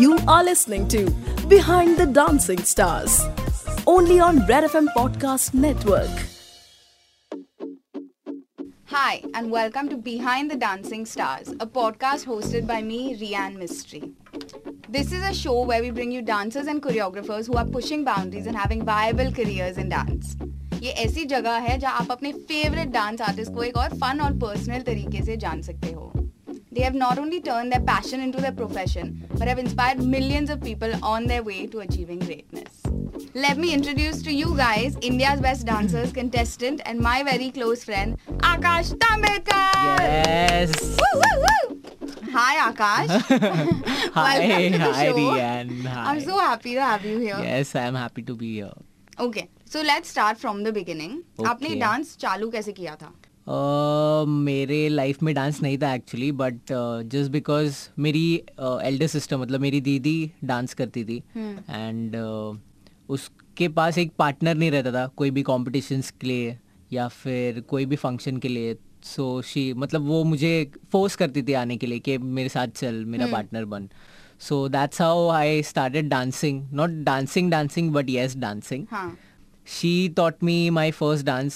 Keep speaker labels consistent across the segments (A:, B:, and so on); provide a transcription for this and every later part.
A: You are listening to Behind the Dancing Stars, only on Red FM Podcast Network.
B: Hi, and welcome to Behind the Dancing Stars, a podcast hosted by me, Rianne Mystery. This is a show where we bring you dancers and choreographers who are pushing boundaries and having viable careers in dance. ये ऐसी जगह है जहाँ आप अपने favourite dance artist को एक और फन और पर्सनल तरीके से जान सकते हो They have not only turned their passion into their profession, but have inspired millions of people on their way to achieving greatness. Let me introduce to you guys India's best dancers contestant and my very close friend Akash Tambekar.
C: Yes.
B: Woo, woo, woo. Hi Akash.
C: Hi,
B: Welcome to the
C: hi,
B: show.
C: Rian. Hi.
B: I'm so happy to have you here.
C: Yes, I'm happy to be here.
B: Okay, so let's start from the beginning.
C: Okay.
B: आपने dance चालू कैसे किया था?
C: Uh, मेरे life में dance नहीं था actually but just because मेरी एल्डर सिस्टर मतलब मेरी दीदी डांस करती थी एंड उसके पास एक पार्टनर नहीं रहता था कोई भी कॉम्पिटिशन्स के लिए या फिर कोई भी फंक्शन के लिए सो शी मतलब वो मुझे फोर्स करती थी आने के लिए कि मेरे साथ चल मेरा पार्टनर बन so that's how I started dancing not dancing dancing but yes dancing
B: हाँ.
C: she taught me my first dance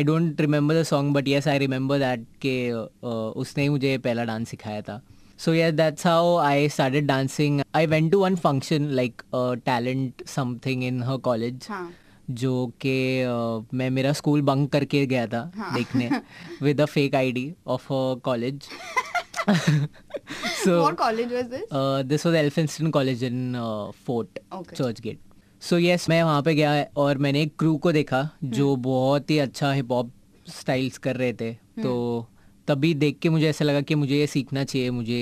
C: i don't remember the song but yes i remember that के uh, उसने ही मुझे पहला डांस सिखाया था so yeah that's how i started dancing i went to one function like uh, talent something in her college
B: हाँ.
C: जो कि uh, मैं मेरा स्कूल बंक करके गया था देखने with a fake ID of a college so
B: What college was this?
C: This was Elphinstone college in Fort
B: Okay.
C: Churchgate so yes मैं वहाँ पे गया और मैंने एक क्रू को देखा जो बहुत ही अच्छा हिप हॉप स्टाइल्स कर रहे थे तो तभी देख के मुझे ऐसा लगा कि मुझे ये सीखना चाहिए मुझे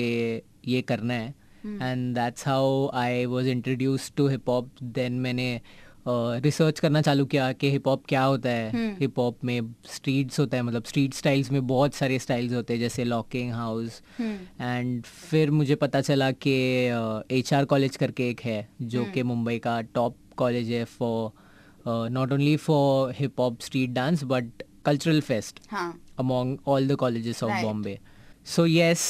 C: ये करना है and that's how I was introduced to hip hop then मैंने रिसर्च करना चालू किया कि हिप हॉप क्या होता है हिप हॉप में स्ट्रीट्स होता है मतलब स्ट्रीट स्टाइल्स में बहुत सारे स्टाइल्स होते हैं जैसे locking house
B: Hmm,
C: and Hmm. फिर मुझे पता चला कि uh, एच आर कॉलेज करके एक है जो कि मुंबई का टॉप कॉलेज है uh, for not only for hip hop street dance but cultural fest
B: हाँ.
C: among all the colleges of
B: Right.
C: Bombay. So yes,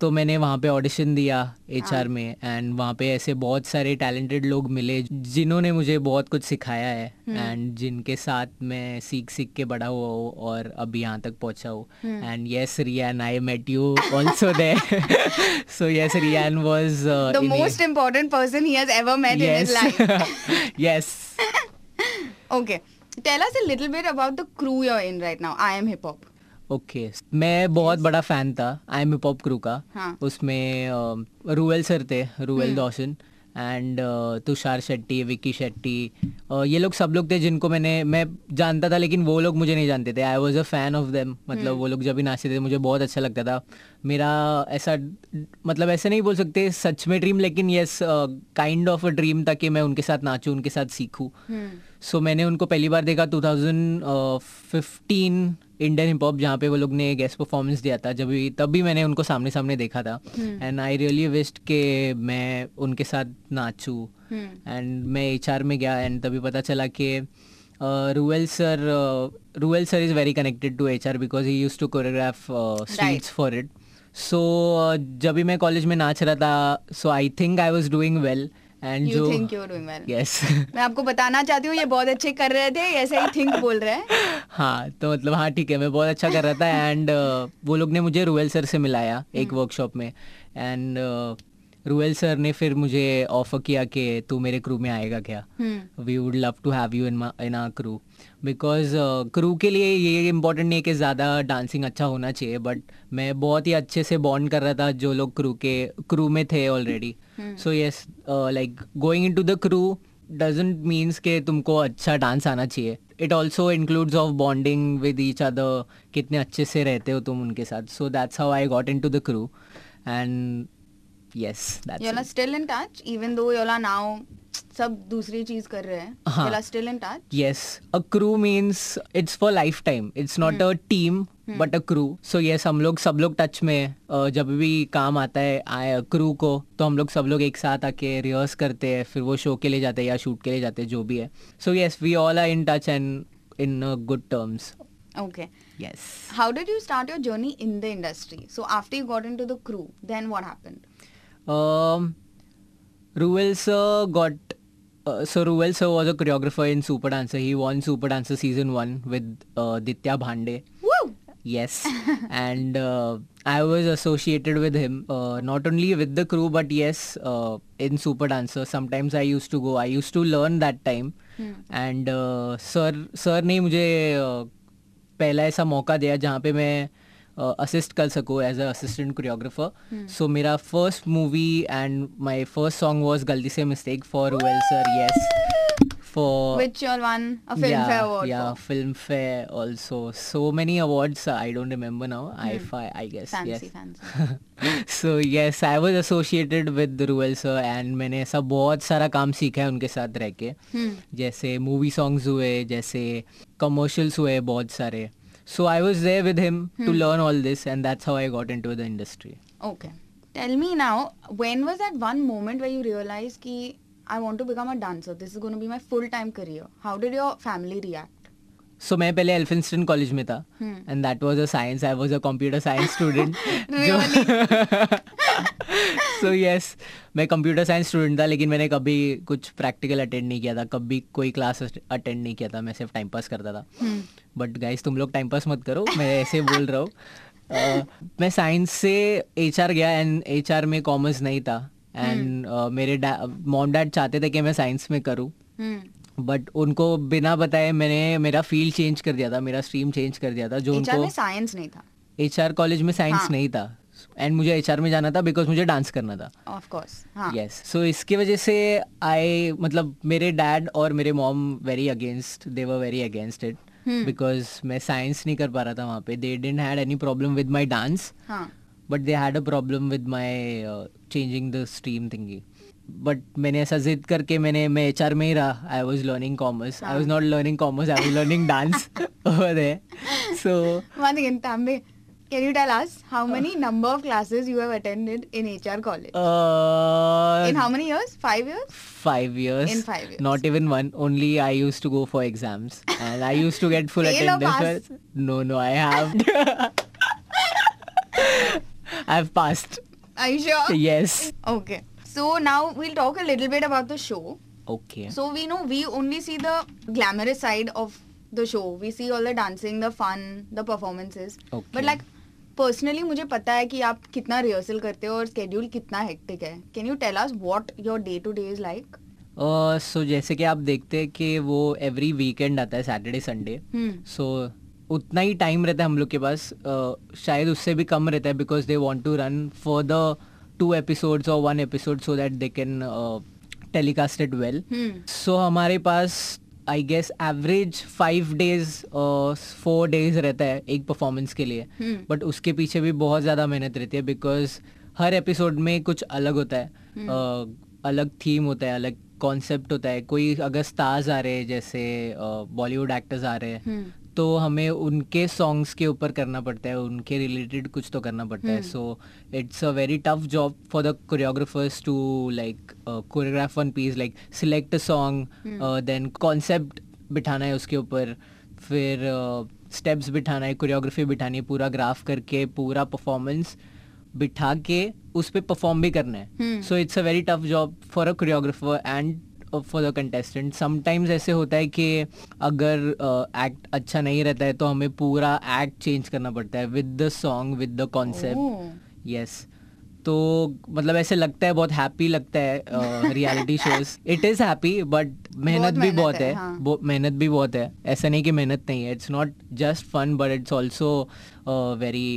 C: तो मैंने वहाँ पे ऑडिशन दिया एच
B: हाँ।
C: में एंड वहाँ पे ऐसे बहुत सारे टैलेंटेड लोग मिले जिन्होंने मुझे बहुत कुछ सिखाया है
B: हम्म।
C: एंड जिनके साथ मैं सीख सीख के बड़ा हुआ हूँ और अभी यहाँ तक पहुँचा हूँ
B: हम्म।
C: And yes Riyan I met you also there so yes Riyan was
B: The most important person he has ever met in his life.
C: yes
B: Okay. Tell us a little bit about the crew you're in right now. I am hip hop.
C: Okay मैं बहुत बड़ा fan था I am hip hop crew का
B: हाँ.
C: उसमें अ, Ruel sir थे Ruel Dausan and Tushar Shetty Vicky Shetty अ, ये लोग सब लोग थे जिनको मैंने मैं जानता था लेकिन वो लोग मुझे नहीं जानते थे I was a fan of them मतलब वो लोग जब भी नाचते थे मुझे बहुत अच्छा लगता था मेरा ऐसा मतलब ऐसे नहीं बोल सकते सच में ड्रीम लेकिन yes kind of a dream था कि मैं उनके साथ नाचूं उनके साथ सीखूं
B: Hmm,
C: सो मैंने उनको पहली बार देखा 2015 इंडियन हिप हॉप जहाँ पे वो लोग ने गेस्ट परफॉर्मेंस दिया था जब भी तब भी मैंने उनको सामने सामने देखा था
B: हम्म।
C: एंड आई रियली विश्ड कि मैं उनके साथ नाचूं
B: हम्म।
C: एंड मैं एच में गया एंड तभी पता चला कि Ruel sir Ruel sir is very connected to H R because he used to choreograph
B: Right.
C: Streets for it so जब भी मैं कॉलेज में नाच रहा था so I think I was doing well and
B: You
C: जो
B: think you're doing well.
C: Yes
B: मैं आपको बताना चाहती हूँ ये बहुत अच्छे कर रहे थे ऐसे ही थिंक बोल रहे हैं
C: हाँ तो मतलब हाँ ठीक है मैं बहुत अच्छा कर रहा था एंड वो लोग ने मुझे रूएल सर से मिलाया एक वर्कशॉप में एंड रूएल सर ने फिर मुझे ऑफर किया कि तू मेरे क्रू में आएगा क्या
B: Hmm.
C: We would love to have you in in our crew because crew uh, के लिए ये इम्पोर्टेंट नहीं है कि ज़्यादा डांसिंग अच्छा होना चाहिए बट मैं बहुत ही अच्छे से बॉन्ड कर रहा था जो लोग क्रू के क्रू में थे already so yes like going into the crew doesn't means के तुमको अच्छा डांस आना चाहिए it also includes of bonding with each other कितने अच्छे से रहते हो तुम उनके साथ so that's how I got into the crew and yes
B: you are
C: that's
B: still in touch even though you are now सब दूसरी चीज कर रहे हैं
C: हाँ.
B: You are still in touch
C: Yes, a crew means it's for lifetime. It's not a team, but a crew. So yes, हम लोग सब लोग टच में हैं. अ, जब भी काम आता है आए क्रू को तो हम लोग सब लोग एक साथ आके रिहर्स करते हैं फिर वो शो के लिए जाते हैं या शूट के लिए जाते हैं जो भी है so yes we all are in touch and in good terms
B: okay
C: yes
B: how did you start your journey in the industry so after you got into the crew then what happened
C: Um, Ruel sir got uh, so Ruel sir was a choreographer in Super Dancer. He won Super Dancer season one with uh, Ditya Bhande.
B: Woo!
C: Yes, and uh, I was associated with him uh, not only with the crew but yes uh, in Super Dancer. Sometimes I used to go. I used to learn that time, and uh, sir sir ने मुझे uh, पहला ऐसा मौका दिया जहाँ पे मैं assist कर सकूँ as a assistant choreographer so मेरा first movie and my first song was गलती से mistake for well sir yes for
B: Which you all won a Filmfare
C: Uh, yeah,
B: Award
C: Yeah,
B: for.
C: film fair also. So many awards. uh, I don't remember now. IFI, I guess.
B: Hmm. Fancy,
C: yes.
B: fancy.
C: so yes, I was associated with Ruel sir and मैंने ऐसा बहुत सारा काम सीखा है उनके साथ रह के
B: Hmm.
C: जैसे मूवी सॉन्ग्स हुए जैसे कमर्शियल्स हुए बहुत सारे so I was there with him to
B: Hmm.
C: Learn all this and that's how I got into the industry
B: Okay. Tell me now, when was that one moment where you realized ki I want to become a dancer? This is going to be my full-time career. How did your family react?
C: So मैं पहले Elphinstone college में था and that was a science I was a computer science student so yes मैं computer science student था लेकिन मैंने कभी कुछ प्रैक्टिकल अटेंड नहीं किया था कभी कोई क्लास अटेंड नहीं किया था मैं सिर्फ टाइम पास करता था बट गाइस तुम लोग टाइम पास मत करो मैं ऐसे बोल रहा हूँ अ, मैं साइंस से एच गया एंड एच में कॉमर्स नहीं था एंड मेरे मॉम डैड चाहते थे कि मैं साइंस में करूँ
B: Hmm.
C: बट उनको बिना बताए मैंने मेरा फील्ड चेंज कर दिया था मेरा स्ट्रीम चेंज कर दिया था जो
B: HR में
C: उनको
B: science नहीं था.
C: एच कॉलेज में साइंस
B: हाँ।
C: नहीं था एंड मुझे एच में जाना था बिकॉज मुझे डांस करना था
B: Of course. हाँ.
C: यस सो इसकी वजह से आई मतलब मेरे डैड और मेरे mom very against they were very against it
B: hmm.
C: Because मैं साइंस नहीं कर पा रहा था वहाँ पे they didn't had any problem with my dance
B: हाँ.
C: But they had a problem with my changing the stream thingy but मैंने ऐसा जिद करके मैंने मैं एच में ही रहा I was learning commerce I was not learning commerce I was learning dance so
B: Once again, Tambe, can you tell us how many number of classes you have attended in HR college?
C: Uh,
B: in how many years? Five years?
C: five years.
B: In five years.
C: Not even one. Only I used to go for exams, and I used to get full
B: Fail or
C: attendance.
B: pass?
C: No, no, I have. I've passed.
B: Are you sure?
C: Yes.
B: Okay. So now we'll talk a little bit about the show.
C: Okay.
B: So we know we only see the glamorous side of the show. We see all the dancing, the fun, the performances.
C: Okay.
B: But like personally मुझे पता है कि आप कितना rehearsal करते हो और schedule कितना हेक्टिक है can you tell us what your day to day is like
C: so Uh, so जैसे कि आप देखते हैं कि वो एवरी वीकेंड आता है सैटरडे संडे
B: Hmm.
C: सो उतना ही टाइम रहता है हम लोग के पास अ, शायद उससे भी कम रहता है because they want to run for the two episodes और one episode so that they can uh, telecast it well
B: hmm
C: so हमारे पास I guess average five days four days uh, रहता है एक परफॉर्मेंस के लिए
B: हम्म।
C: बट उसके पीछे भी बहुत ज़्यादा मेहनत रहती है बिकॉज हर एपिसोड में कुछ अलग होता है अ, अलग थीम होता है अलग कॉन्सेप्ट होता है कोई अगर स्टार्स आ रहे हैं जैसे बॉलीवुड एक्टर्स आ रहे हैं
B: हम्म
C: तो हमें उनके सॉन्ग्स के ऊपर करना पड़ता है उनके रिलेटेड कुछ तो करना पड़ता है so it's a very tough job for the choreographers to like choreograph one piece like select song then concept uh, बिठाना है उसके ऊपर फिर स्टेप्स बिठाना है कोरियोग्राफी बिठानी है पूरा ग्राफ करके पूरा परफॉर्मेंस बिठा के उस पर परफॉर्म भी करना है so it's a very tough job for a choreographer and for the contestant sometimes ऐसे होता है कि अगर एक्ट अच्छा नहीं रहता है तो हमें पूरा एक्ट चेंज करना पड़ता है with the song with the concept
B: oh.
C: Yes तो मतलब ऐसे लगता है बहुत हैप्पी लगता है reality shows it is happy but मेहनत भी
B: मेहनत
C: बहुत
B: है,
C: है
B: हाँ।
C: बहु- मेहनत भी बहुत है ऐसा नहीं कि मेहनत नहीं है it's not just fun but it's also very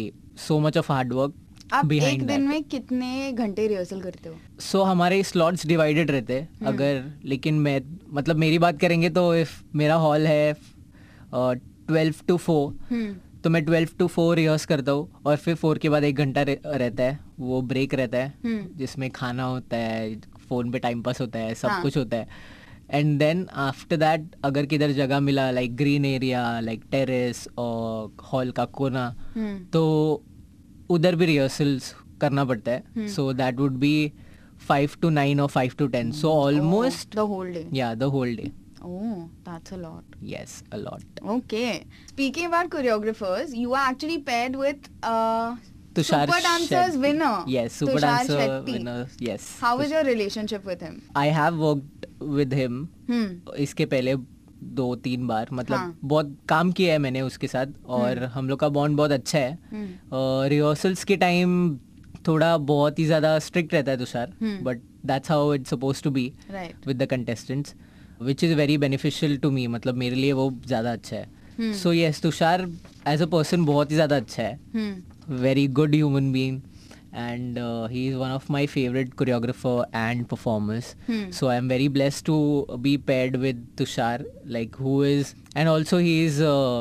C: so much of hard work
B: आप एक
C: बिहाइंड
B: दिन में कितने घंटे रिहर्सल करते हो
C: सो हमारे स्लॉट्स डिवाइडेड रहते हैं
B: हम्म.
C: अगर लेकिन मैं मतलब मेरी बात करेंगे तो इफ मेरा हॉल है ट्वेल्व टू फोर
B: हम्म,
C: तो मैं ट्वेल्व टू फोर रिहर्स करता हूँ और फिर फोर के बाद एक घंटा रे- रहता है वो ब्रेक रहता है
B: हम्म।
C: जिसमें खाना होता है फ़ोन पे टाइम पास होता है सब
B: हाँ।
C: कुछ होता है एंड देन आफ्टर दैट अगर किधर जगह मिला like green area like terrace और हॉल का कोना
B: हम्म
C: तो उधर भी रिहर्सल्स करना पड़ता
B: हम्म।
C: है so that would be five to nine और five to ten so
B: Oh.
C: Almost
B: the whole day
C: या the whole day
B: oh that's a lot
C: yes a lot
B: Okay. Speaking about choreographers, you are actually paired with uh,
C: Tushar
B: Super Dancers
C: Shetty.
B: winner,
C: Yes, Super
B: Tushar
C: Dancer
B: Shetty.
C: winner. Yes.
B: How is your relationship with him?
C: I have worked with him
B: Hmm.
C: इसके पहले दो तीन बार मतलब
B: हाँ। हम्म।
C: बहुत काम किया है मैंने उसके साथ और हम लोग का बॉन्ड बहुत अच्छा है
B: hmm,
C: रिहर्सल्स के टाइम थोड़ा बहुत ही ज़्यादा स्ट्रिक्ट रहता है Tushar
B: hmm.
C: But that's how it's suppose to be
B: Right.
C: With the contestants which is very beneficial to me मतलब मेरे लिए वो ज़्यादा अच्छा
B: हम्म।
C: है so yes Tushar as a person बहुत ही ज़्यादा अच्छा है
B: Hmm.
C: very good human being and uh, he is one of my favorite choreographer and performers
B: Hmm.
C: so i'm very blessed to be paired with tushar like who is and also he is uh,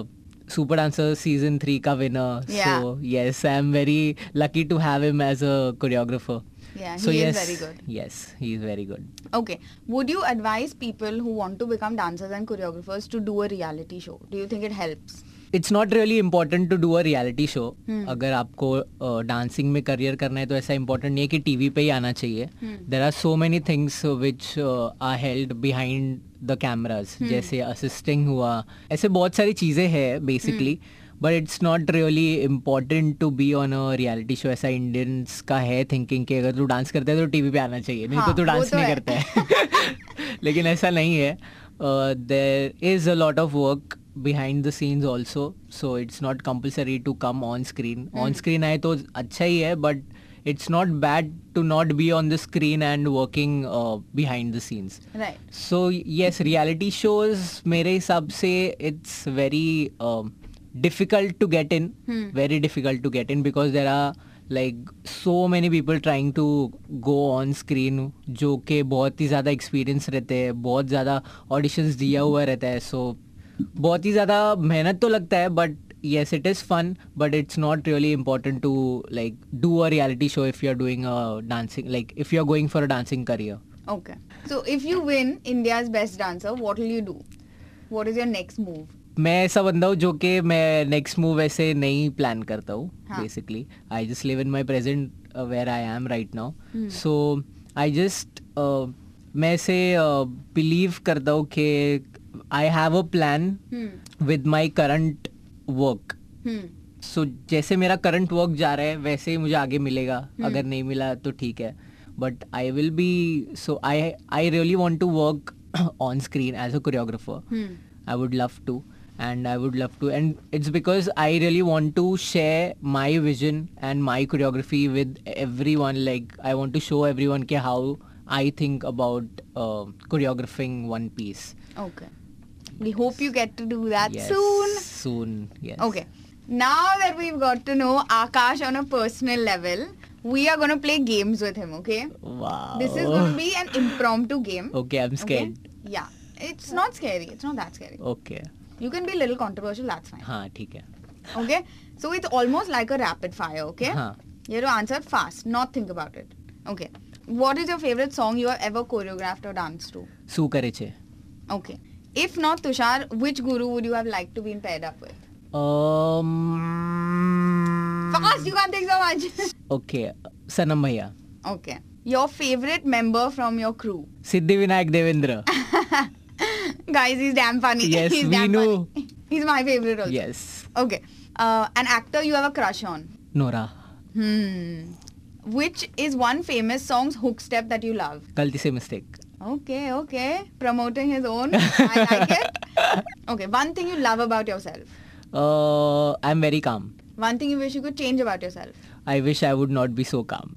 C: super dancer season 3 ka winner so yes i'm very lucky to have him as a choreographer
B: Yeah,
C: so
B: he is
C: yes
B: very good.
C: yes he is very good
B: Okay. Would you advise people who want to become dancers and choreographers to do a reality show? Do you think it helps?
C: It's not really important to do a reality show
B: Hmm.
C: अगर आपको dancing में career करना है तो ऐसा important नहीं है कि टीवी पे ही आना चाहिए
B: Hmm.
C: There are so many things which are held behind the cameras
B: Hmm.
C: जैसे असिस्टिंग हुआ ऐसे बहुत सारी चीज़ें हैं basically
B: Hmm.
C: But it's not really important to be on a reality show ऐसा इंडियंस का है थिंकिंग कि अगर तू डांस करता है तो टीवी पे आना चाहिए नहीं तो
B: हाँ,
C: तू
B: वो
C: डांस
B: तो
C: नहीं
B: है।
C: करता है लेकिन ऐसा नहीं है Uh, there is a lot of work behind the scenes also so it's not compulsory to come on screen on screen आए तो अच्छा ही है but it's not bad to not be on the screen and working behind the scenes
B: Right.
C: So yes reality shows मेरे हिसाब से um, it's very difficult to get in very difficult to get in because there are like so many people trying to go on screen जो कि बहुत ही ज़्यादा experience रहते हैं बहुत ज़्यादा ऑडिशंस दिया हुआ रहता है सो बहुत ही ज़्यादा मेहनत तो लगता है but yes it is fun but it's not really important to like do a reality show if you are doing dancing like if you are going for a dancing career
B: Okay. So if you win India's best dancer, what will you do? What is your next move?
C: मैं ऐसा बंदा हूँ जो कि मैं next move ऐसे नहीं plan करता हूँ
B: हाँ.
C: Basically I just live in my present where I am right now so I just uh, मैं ऐसे बिलीव करता हूँ कि I have a plan
B: Hmm.
C: With my current work
B: Hmm.
C: सो जैसे मेरा करंट वर्क जा रहा है वैसे ही मुझे आगे मिलेगा अगर नहीं मिला तो ठीक है but I will be so I I really want to work on screen as a choreographer
B: Hmm.
C: I would love to and I would love to and it's because I really want to share my vision and my choreography with everyone like I want to show everyone ke how I think about uh, choreographing one piece
B: Okay. We hope you get to do that
C: yes,
B: soon.
C: soon yes
B: Okay. Now that we've got to know Akash on a personal level, we are going to play games with him, okay?
C: wow
B: This is going to be an impromptu game.
C: okay Oh. I'm scared
B: Yeah. It's not scary. It's not that scary.
C: okay,
B: You can be a little controversial. That's fine.
C: हाँ ठीक है
B: Okay. So it's almost like a rapid fire. Okay.
C: हाँ
B: You have to answer fast. Not think about it. Okay. What is your favorite song you have ever choreographed or danced to?
C: सू करे छे
B: Okay. If not Tushar, which guru would you have liked to be paired up with?
C: um,
B: Fast. You can't think so much.
C: okay सनम भैया
B: okay. Your favorite member from your crew.
C: Siddhi Vinayak Devendra
B: Guys, he's damn funny.
C: Yes,
B: he's
C: we
B: damn
C: know.
B: funny. He's my favorite also.
C: yes
B: Okay. Uh, an actor you have a crush on.
C: Nora
B: Hmm. Which is one famous song's hook step that you love?
C: गलती से mistake
B: Okay, okay. Promoting his own. I like it. Okay, one thing you love about yourself.
C: I am very calm
B: One thing you wish you could change about yourself.
C: I wish I would not be so calm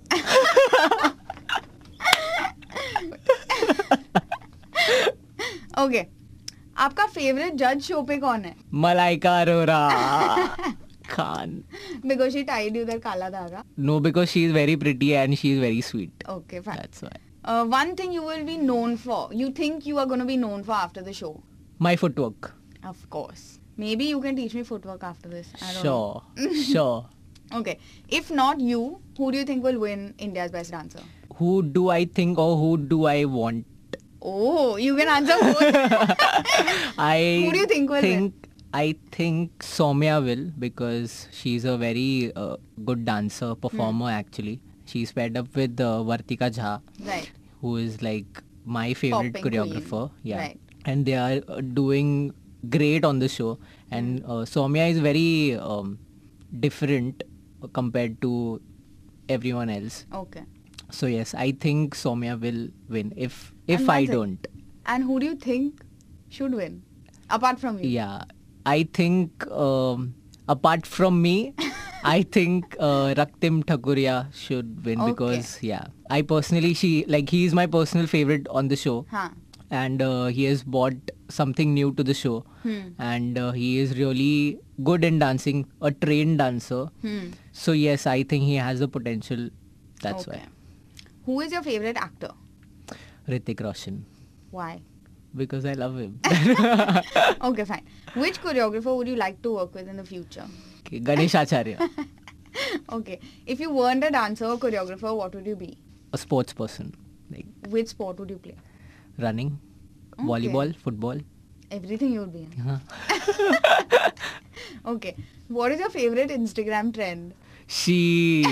B: Okay. आपका favourite जज show पे कौन है
C: Malaika Arora Khan
B: because she tied you that काला धागा
C: no because she is very pretty and she is very sweet
B: okay fine
C: that's why
B: one thing you will be known for you think you are gonna be known for after the show
C: my footwork
B: of course maybe you can teach me footwork after this
C: sure sure
B: Okay. If not you, who do you think will win India's Best Dancer?
C: Who do I think और who do I want
B: Oh, you can answer both.
C: I
B: Who do you think will win?
C: I think Soumya will because she's a very uh, good dancer performer
B: Hmm.
C: actually. She's paired up with uh, Vartika Jha.
B: right.
C: who is like my favorite
B: Popping
C: choreographer.
B: queen.
C: Yeah.
B: Right.
C: And they are uh, doing
B: Mm.
C: great on the show. And uh, Soumya is very um, different compared to everyone else.
B: Okay.
C: So yes, I think Soumya will win if
B: And
C: if I
B: that's it.
C: don't.
B: And who do you think should win? Apart from you.
C: Yeah, I think um, apart from me, I think uh, Raktim Thakuria should win
B: Okay.
C: because yeah, I personally she like he is my personal favorite on the show.
B: Huh.
C: And uh, he has brought something new to the show,
B: Hmm.
C: and uh, he is really good in dancing, a trained dancer.
B: Hmm.
C: So yes, I think he has the potential. That's
B: okay. Who is your favorite actor?
C: why Ritik Roshan
B: Why?
C: because I love him.
B: okay, fine. Which choreographer would you like to work with in the future?
C: Okay, Ganesh Acharya,
B: okay. If you weren't a dancer or choreographer, what would you be?
C: a sports person, like
B: Which sport would you play?
C: running, volleyball, football. Uh-huh.
B: Everything you would be in.
C: Huh.
B: Okay. What is your favorite Instagram trend?
C: She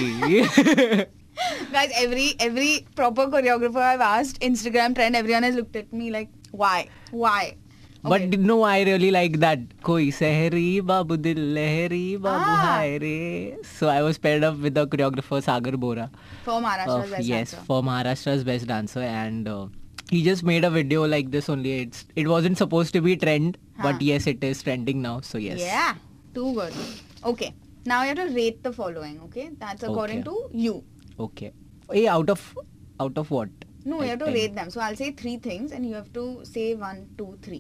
B: Guys, every every proper choreographer I've asked Instagram trend, everyone has looked at me like, why, why? Okay.
C: But no, I really like that. Koi sehri babu dil lehri babu
B: Ah.
C: hai re. So I was paired up with the choreographer Sagar Bora.
B: for Maharashtra's
C: of-
B: best
C: Oh, yes,
B: dancer.
C: for Maharashtra's best dancer, and uh, he just made a video like this. Only it's it wasn't supposed to be trend, but
B: Huh.
C: yes, it is trending now. So yes,
B: Yeah, too good. Okay, now you have to rate the following. Okay, that's according
C: Okay.
B: to you.
C: okay. Hey, out of out of what?
B: No, you
C: Like
B: have to
C: 10.
B: rate them. So I'll say three things, and you have to say one, two, three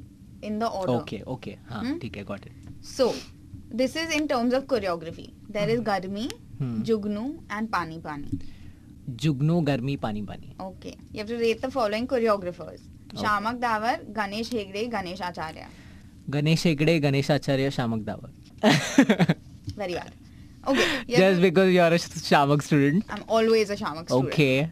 B: in the order.
C: Okay, okay. हाँ,
B: Hmm?
C: ठीक है, got it.
B: So this is in terms of choreography. There is Garmi,
C: Hmm.
B: Jugnu, and Pani Pani.
C: जुगनू गर्मी पानी पानी.
B: Okay, you have to rate the following choreographers: Shamak Dawar, Ganesh Hegde, Ganesh Acharya.
C: Ganesh Hegde, Ganesh Acharya, Shiamak Davar.
B: Very bad. Okay, you have
C: Just
B: to-
C: because you're a sh- Shamak student.
B: I'm always a Shamak student.
C: Okay.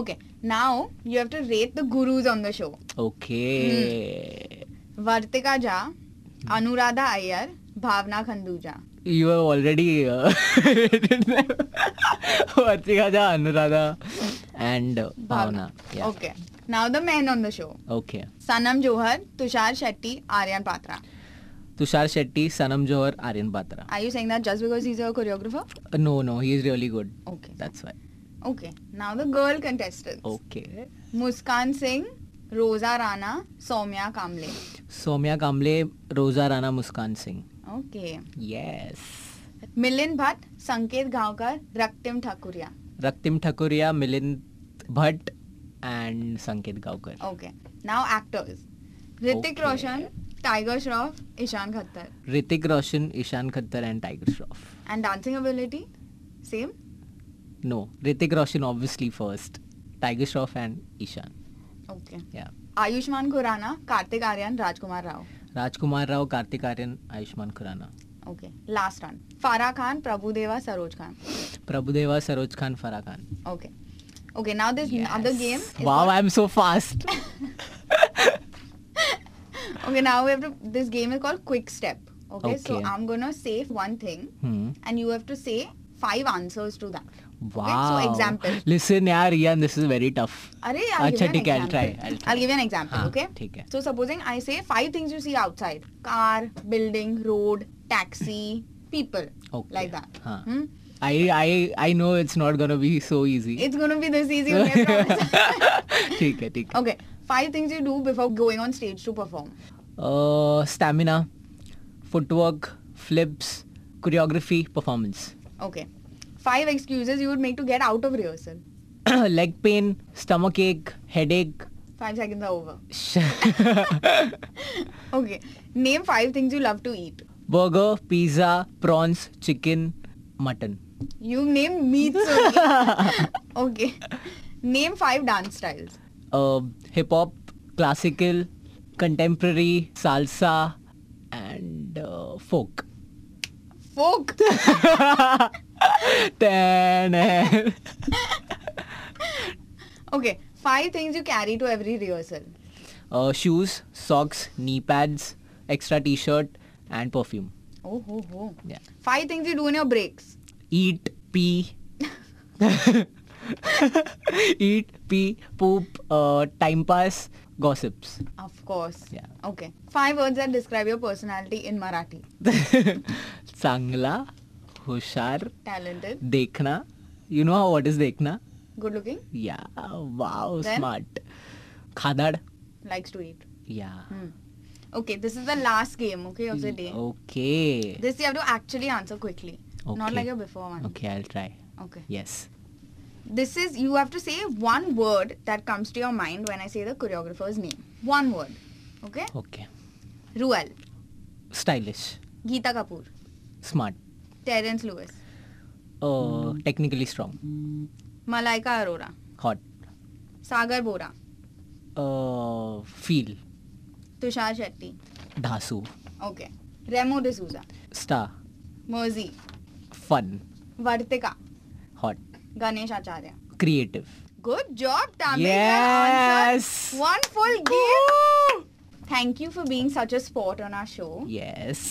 B: okay, now you have to rate the gurus on the show. Hmm.
C: Okay.
B: Vartika Jha,
C: Hmm.
B: Anuradha Iyer, Bhavna Khanduja.
C: You have already uh, Vartika Jha, Anuradha and uh, Bhavna. Yeah.
B: Okay. Now the men on the show.
C: Okay.
B: Sanam Johar, Tushar Shetty, Aryan Patra.
C: Tushar Shetty, Sanam Johar, Aryan Batra.
B: Are you saying that just because he's a choreographer?
C: Uh, no, no, he is really good.
B: Okay.
C: That's why.
B: Okay. Now the girl contestants.
C: Oh. Okay.
B: Muskan Singh, Rosa Rana, Soumya Kamble.
C: Soumya Kamble, Rosa Rana Muskan Singh.
B: Okay.
C: Yes.
B: Milind Bhatt, Sanket Ghavkar, Raktim Thakuria.
C: Raktim Thakuria, Milind Bhatt and Sanket Gaukar.
B: Okay. Now actors. Ritik
C: Okay.
B: Roshan, Tiger Shroff, Ishan Khattar.
C: Ritik Roshan, Ishan Khattar and Tiger Shroff.
B: And dancing ability? Same?
C: No, Ritik Roshan obviously first. Tiger Shroff and Ishan.
B: Okay.
C: Yeah.
B: Ayushman Khurana, Kartik Aryan, Rajkumar Rao.
C: Rajkumar Rao, Kartik Aryan, Ayushman Khurana.
B: Okay. Last one. Farah Khan, Prabhudeva, Saroj Khan.
C: Prabhudeva, Saroj Khan, Farah Khan.
B: Okay. Okay, now this other game. Is
C: Wow,
B: called-
C: I'm so fast.
B: okay, now we have to. This game is called Quick Step. Okay, so
C: Okay.
B: I'm gonna say one thing,
C: hmm.
B: and you have to say five answers to that.
C: Wow.
B: Okay, so example.
C: Listen, yaar, Rian, this is very tough.
B: Arey, I'll give
C: Acha,
B: you an example.
C: अच्छा, ठीक है, I'll try, I'll try.
B: give you an example,
C: हाँ,
B: okay?
C: ठीक है.
B: So supposing I say five things you see outside: car, building, road, taxi, people,
C: Okay.
B: like that.
C: हाँ.
B: Hmm?
C: I I I know it's not gonna be so easy.
B: It's gonna be this easy. Okay, I promise.
C: ठीक है, ठीक है.
B: okay. Five things you do before going on stage to perform.
C: Uh, stamina, footwork, flips, choreography, performance.
B: Okay. Five excuses you would make to get out of rehearsal.
C: leg pain, stomach ache, headache.
B: Five seconds are over.
C: sh-
B: Okay. Name five things you love to eat.
C: burger, pizza, prawns, chicken, mutton.
B: You name meats only. okay. Name five dance styles.
C: Uh, Hip hop, classical, contemporary, salsa, and uh, folk.
B: Folk.
C: Then,
B: Okay. Five things you carry to every rehearsal.
C: uh, shoes, socks, knee pads, extra t-shirt, and perfume.
B: Oh ho ho.
C: Yeah.
B: Five things you do in your breaks.
C: eat, pee, eat, pee, poop, uh, time pass, gossips.
B: Of course.
C: Yeah.
B: Okay. Five words that describe your personality in Marathi.
C: चांगला होशियार
B: talented,
C: देखना you know how what is देखना
B: good looking,
C: या wow
B: Then?
C: Smart खादाड़
B: likes to eat.
C: या
B: Hmm. Okay, this is the last game, okay, of the day.
C: Okay
B: This you have to actually answer quickly. Not
C: Okay.
B: like a before one.
C: Okay I will try
B: Okay.
C: Yes
B: This is you have to say one word that comes to your mind when I say the choreographer's name. One word. Okay?
C: Okay
B: Ruel,
C: stylish
B: Geeta Kapoor,
C: smart
B: Terence Lewis,
C: Uh,
B: Hmm.
C: Technically strong
B: Malaika Arora,
C: hot
B: Sagar Bora,
C: Uh, feel
B: Tushar Shetty.
C: धासू
B: Okay. Remo D'Souza,
C: स्टा
B: Merzi,
C: fun
B: Vartika,
C: hot
B: Ganesh Acharya.
C: Creative
B: Good job, Tamil.
C: Yes.
B: One full game. Thank you for being such a sport on our show.
C: Yes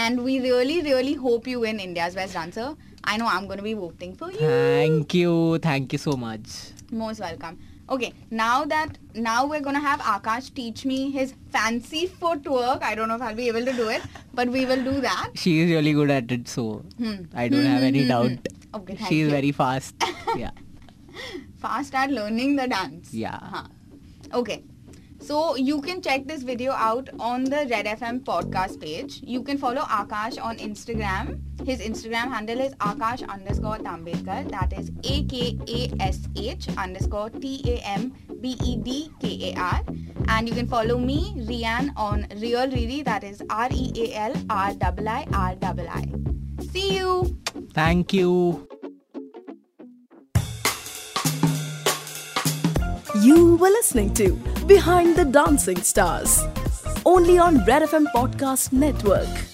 B: And we really, really hope you win India's Best Dancer. I know I'm going to be voting for you.
C: Thank you thank you so much
B: Most welcome. Okay, now that now we're gonna have Akash teach me his fancy footwork. I don't know if I'll be able to do it, but we will do that.
C: she is really good at it so
B: Hmm.
C: i don't have any doubt
B: Okay, thank
C: she is
B: you.
C: very fast yeah
B: Fast at learning the dance.
C: Yeah.
B: Huh. Okay. So you can check this video out on the Red FM podcast page. You can follow Akash on Instagram. His Instagram handle is Akash underscore Tambedkar. That is A K A S H underscore T A M B E D K A R. And you can follow me, Rian, on Real Riri. That is R E A L R I I R I I. See you.
C: thank you
A: You were listening to Behind the Dancing Stars, only on Red FM Podcast Network.